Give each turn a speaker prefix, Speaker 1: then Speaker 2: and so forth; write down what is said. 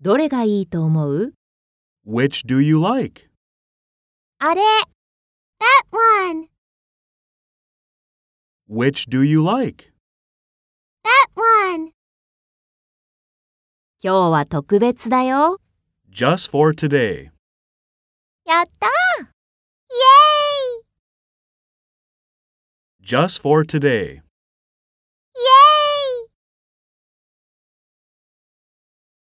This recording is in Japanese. Speaker 1: どれがいいと思う
Speaker 2: Which do you like?
Speaker 3: あれ That one!
Speaker 2: Which do you like?
Speaker 3: That one!
Speaker 1: 今日は特別だよ。
Speaker 2: Just for today.
Speaker 3: やったイエーイ
Speaker 2: Just for today.